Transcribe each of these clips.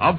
of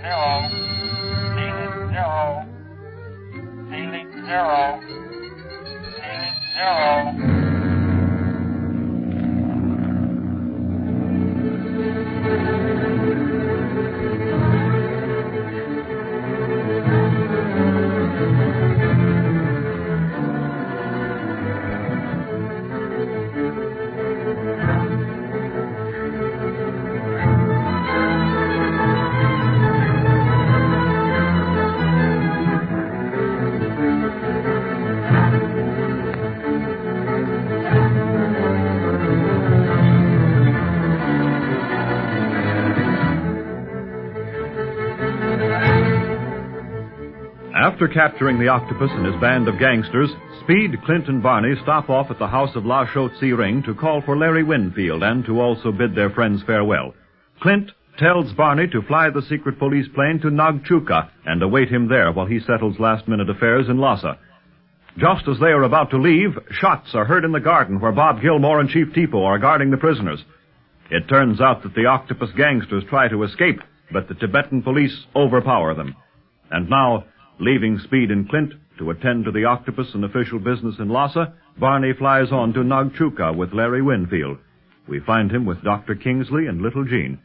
Ceiling zero. Ceiling zero. Ceiling zero. Ceiling zero. After capturing the octopus and his band of gangsters, Speed, Clint, and Barney stop off at the house of La Chaux-Tse Ring to call for Larry Winfield and to also bid their friends farewell. Clint tells Barney to fly the secret police plane to Nagchuka and await him there while he settles last-minute affairs in Lhasa. Just as they are about to leave, shots are heard in the garden where Bob Gilmore and Chief Tipo are guarding the prisoners. It turns out that the octopus gangsters try to escape, but the Tibetan police overpower them. And now, leaving Speed and Clint to attend to the octopus and official business in Lhasa, Barney flies on to Nagchuka with Larry Winfield. We find him with Dr. Kingsley and Little Jean.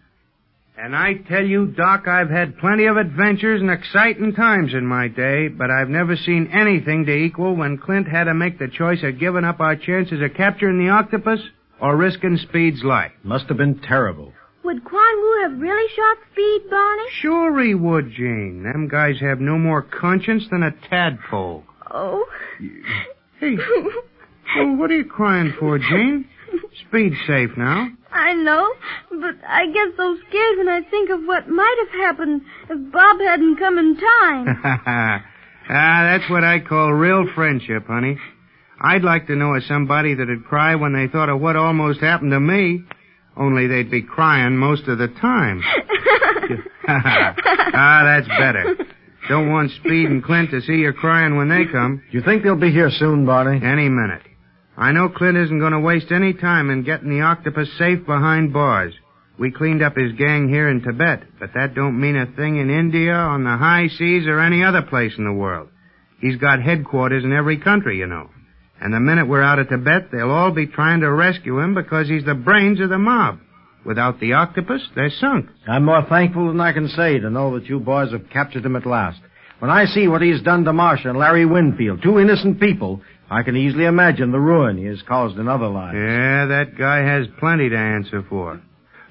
And I tell you, Doc, I've had plenty of adventures and exciting times in my day, but I've never seen anything to equal when Clint had to make the choice of giving up our chances of capturing the octopus or risking Speed's life. Must have been terrible. Would Quan Wu have really shot Speed, Barney? Sure he would, Jean. Them guys have no more conscience than a tadpole. Oh. Hey, well, what are you crying for, Jean? Speed's safe now. I know, but I get so scared when I think of what might have happened if Bob hadn't come in time. ah, that's what I call real friendship, honey. I'd like to know of somebody that'd cry when they thought of what almost happened to me. Only they'd be crying most of the time. ah, that's better. Don't want Speed and Clint to see you crying when they come. Do you think they'll be here soon, Barney? Any minute. I know Clint isn't going to waste any time in getting the octopus safe behind bars. We cleaned up his gang here in Tibet, but that don't mean a thing in India, on the high seas, or any other place in the world. He's got headquarters in every country, you know. And the minute we're out of Tibet, they'll all be trying to rescue him because he's the brains of the mob. Without the octopus, they're sunk. I'm more thankful than I can say to know that you boys have captured him at last. When I see what he's done to Marcia and Larry Winfield, two innocent people, I can easily imagine the ruin he has caused in other lives. Yeah, that guy has plenty to answer for.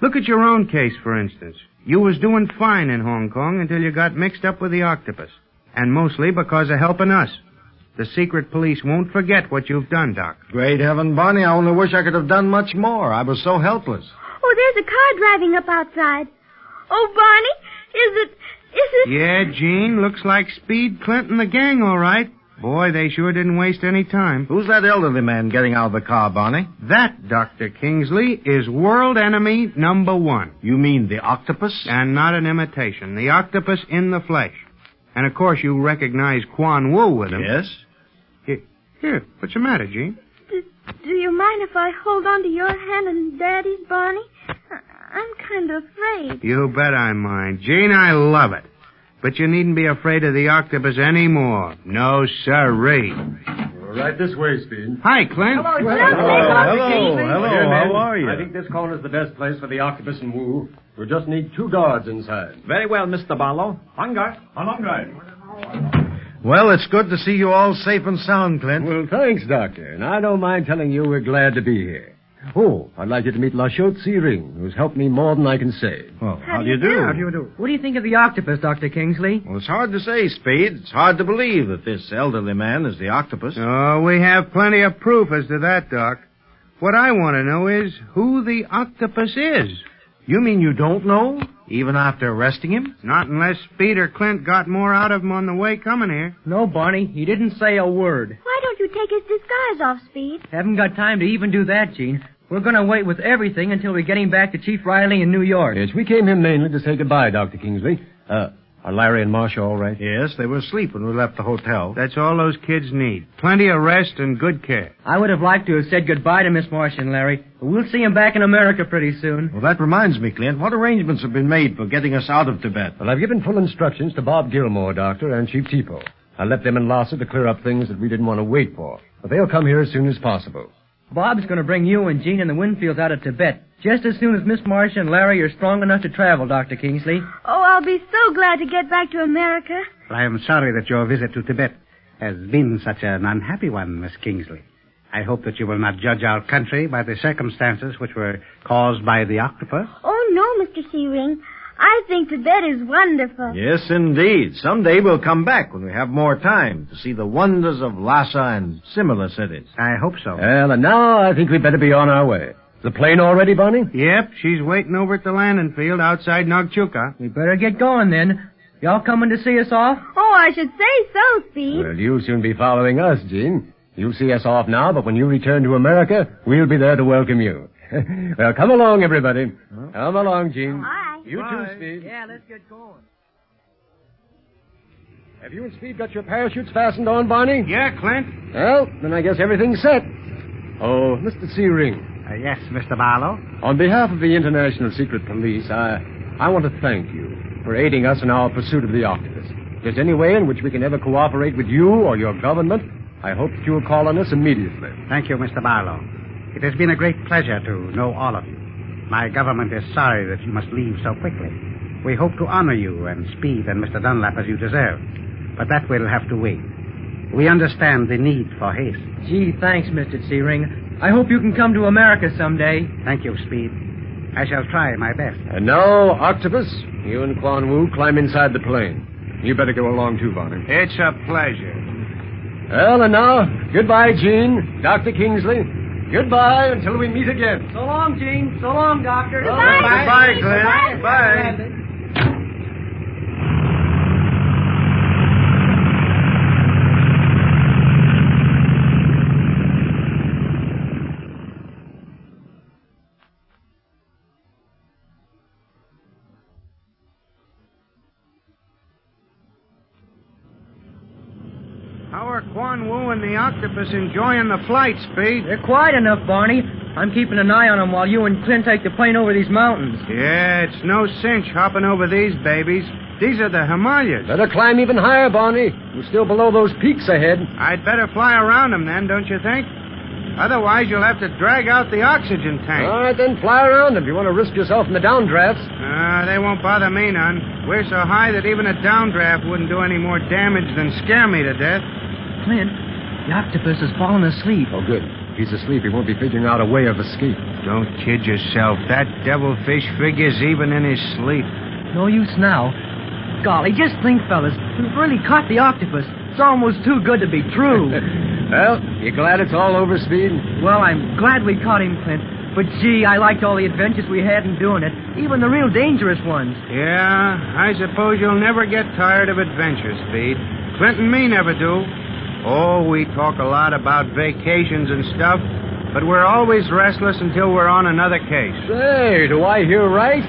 Look at your own case, for instance. You was doing fine in Hong Kong until you got mixed up with the octopus. And mostly because of helping us. The secret police won't forget what you've done, Doc. Great heaven, Barney, I only wish I could have done much more. I was so helpless. oh, there's a car driving up outside. Oh, Barney, is it, is it? Yeah, Gene, looks like Speed, Clint, and the gang, all right. Boy, they sure didn't waste any time. Who's that elderly man getting out of the car, Barney? That, Dr. Kingsley, is world enemy number one. You mean the octopus? And not an imitation. The octopus in the flesh. And of course you recognize Quan Wu with him. Yes. Here, here, what's the matter, Gene? Do, do you mind if I hold on to your hand and Daddy's, Barney? I, I'm kind of afraid. You bet I mind. Gene, I love it. But you needn't be afraid of the octopus anymore. No, sirree. Right this way, Speed. Hi, Clint. Oh, hello, hello, Here, men. how are you? I think this corner's the best place for the octopus and Wu. We'll just need two guards inside. Very well, Mr. Barlow. One guard. One guard. Well, it's good to see you all safe and sound, Clint. Well, thanks, Doctor. And I don't mind telling you we're glad to be here. Oh, I'd like you to meet La Chaux-Tse Ring, who's helped me more than I can say. Well, how do you do? How do you do? What do you think of the octopus, Dr. Kingsley? Well, it's hard to say, Speed. It's hard to believe that this elderly man is the octopus. Oh, we have plenty of proof as to that, Doc. What I want to know is who the octopus is. You mean you don't know? Even after arresting him? Not unless Speed or Clint got more out of him on the way coming here. No, Barney, he didn't say a word. Why don't you take his disguise off, Speed? Haven't got time to even do that, Gene. We're going to wait with everything until we get him back to Chief Riley in New York. Yes, we came here mainly to say goodbye, Dr. Kingsley. Uh, Are Larry and Marsha all right? Yes, they were asleep when we left the hotel. That's all those kids need. Plenty of rest and good care. I would have liked to have said goodbye to Miss Marsh and Larry, but we'll see 'em back in America pretty soon. Well, that reminds me, Clint. What arrangements have been made for getting us out of Tibet? Well, I've given full instructions to Bob Gilmore, Doctor, and Chief Tipo. I left them and Lhasa to clear up things that we didn't want to wait for. But they'll come here as soon as possible. Bob's going to bring you and Jean and the Winfields out of Tibet just as soon as Miss Marsh and Larry are strong enough to travel, Dr. Kingsley. Oh, I'll be so glad to get back to America. I am sorry that your visit to Tibet has been such an unhappy one, Miss Kingsley. I hope that you will not judge our country by the circumstances which were caused by the octopus. Oh, no, Mr. Searing. I think Tibet is wonderful. Yes, indeed. Someday we'll come back when we have more time to see the wonders of Lhasa and similar cities. I hope so. Uh, Well, and now I think we'd better be on our way. The plane already, Barney? Yep, she's waiting over at the landing field outside Nagchuka. Mm-hmm. We better get going then. Y'all coming to see us off? Oh, I should say so, Speed. Well, you'll soon be following us, Jean. You'll see us off now, but when you return to America, we'll be there to welcome you. well, come along, everybody. Come along, Jean. Bye. You too, Speed. Yeah, let's get going. Have you and Speed got your parachutes fastened on, Barney? Yeah, Clint? Well, then I guess everything's set. Oh, Mr. Searing, Uh, yes, Mr. Barlow. on behalf of the International Secret Police, I, I want to thank you for aiding us in our pursuit of the octopus. If there's any way in which we can ever cooperate with you or your government, I hope that you'll call on us immediately. Thank you, Mr. Barlow. It has been a great pleasure to know all of you. My government is sorry that you must leave so quickly. We hope to honor you and Speed and Mr. Dunlap as you deserve, but that will have to wait. We understand the need for haste. Gee, thanks, Mr. Searing. I hope you can come to America someday. Thank you, Speed. I shall try my best. And now, Octopus, you and Quan Wu climb inside the plane. You better go along too, Barney. It's a pleasure. Well, and now, goodbye, Jean, Dr. Kingsley. Goodbye until we meet again. So long, Jean. So long, Doctor. Goodbye, Clint. Bye. How are Quan Wu and the octopus enjoying the flight, Speed? They're quiet enough, Barney. I'm keeping an eye on 'em while you and Clint take the plane over these mountains. Yeah, it's no cinch hopping over these babies. These are the Himalayas. Better climb even higher, Barney. We're still below those peaks ahead. I'd better fly around them then, don't you think? Otherwise, you'll have to drag out the oxygen tank. All right, then fly around if you want to risk yourself in the downdrafts. Ah, they won't bother me none. We're so high that even a downdraft wouldn't do any more damage than scare me to death. Clint, the octopus has fallen asleep. Oh, good. He's asleep. He won't be figuring out a way of escape. Don't kid yourself. That devilfish figures even in his sleep. No use now. Golly, just think, fellas. We've really caught the octopus. It's almost too good to be true. well, you glad it's all over, Speed? well, I'm glad we caught him, Clint. But gee, I liked all the adventures we had in doing it, even the real dangerous ones. Yeah, I suppose you'll never get tired of adventure, Speed. Clint and me never do. Oh, we talk a lot about vacations and stuff, but we're always restless until we're on another case. Say, do I hear right?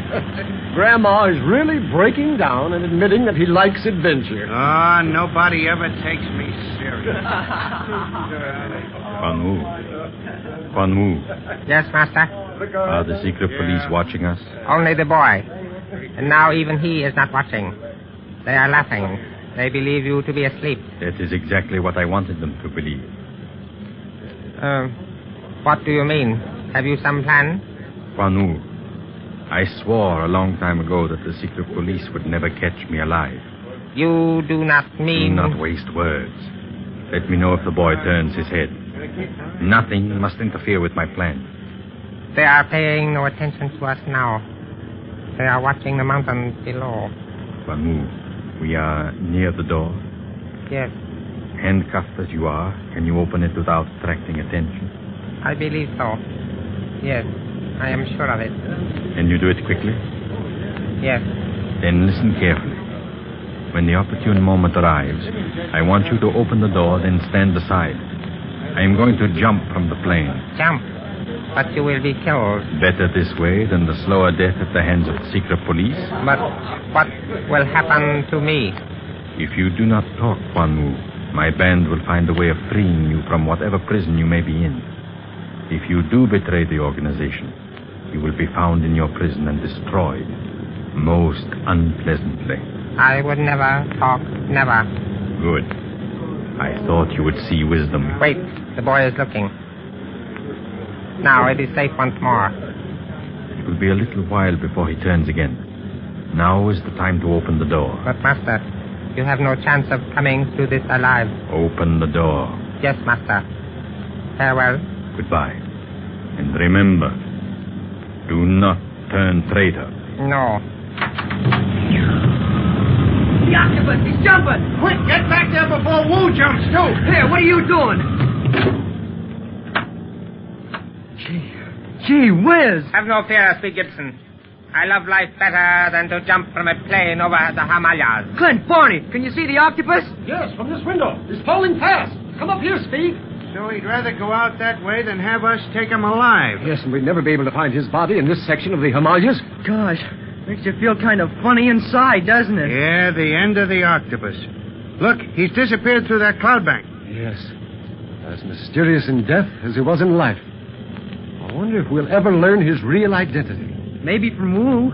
Grandma is really breaking down and admitting that he likes adventure. Ah, nobody ever takes me serious. Quan Wu. Quan Wu, Yes, master. are the secret police watching us? Only the boy. And now even he is not watching. They are laughing. They believe you to be asleep. That is exactly what I wanted them to believe. Uh, what do you mean? Have you some plan? Quan Wu, I swore a long time ago that the secret police would never catch me alive. You do not Do mean. not waste words. Let me know if the boy turns his head. Nothing must interfere with my plan. They are paying no attention to us now. They are watching the mountain below. Quan Wu, we are near the door. Yes, Handcuffed as you are, can you open it without attracting attention? I believe so. Yes, I am sure of it. Can you do it quickly? Yes. Then listen carefully. When the opportune moment arrives, I want you to open the door, then stand aside. I am going to jump from the plane. Jump. but you will be killed. Better this way than the slower death at the hands of secret police. But what will happen to me? If you do not talk, Wanwu, my band will find a way of freeing you from whatever prison you may be in. If you do betray the organization, you will be found in your prison and destroyed. Most unpleasantly. I would never talk, never. Good. I thought you would see wisdom. Wait, the boy is looking. Now it is safe once more. It will be a little while before he turns again. Now is the time to open the door. But, Master, you have no chance of coming through this alive. Open the door. Yes, Master. Farewell. Goodbye. And remember, do not turn traitor. No. The octopus, he's jumping! Quick, get back there before Wu jumps, too! Here, what are you doing? Gee, gee whiz! Have no fear, Sweet Gibson. I love life better than to jump from a plane over the Himalayas. Clint, Barney, can you see the octopus? Yes, from this window. He's falling fast. Come up here, Speed. So he'd rather go out that way than have us take him alive. Yes, and we'd never be able to find his body in this section of the Himalayas. Gosh, makes you feel kind of funny inside, doesn't it? Yeah, the end of the octopus. Look, he's disappeared through that cloud bank. Yes. As mysterious in death as he was in life. I wonder if we'll ever learn his real identity. Maybe from Wu.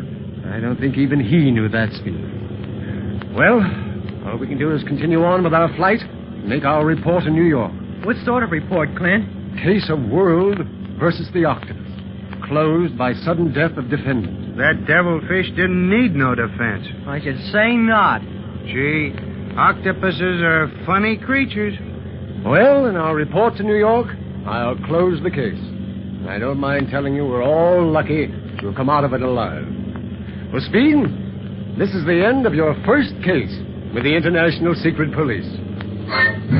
I don't think even he knew that, Speed. Well, all we can do is continue on with our flight and make our report in New York. What sort of report, Clint? Case of World versus the Octopus. Closed by sudden death of defendant. That devilfish didn't need no defense. I should say not. Gee, octopuses are funny creatures. Well, in our report to New York, I'll close the case. And I don't mind telling you we're all lucky to have come out of it alive. Well, Speed, this is the end of your first case with the International Secret Police.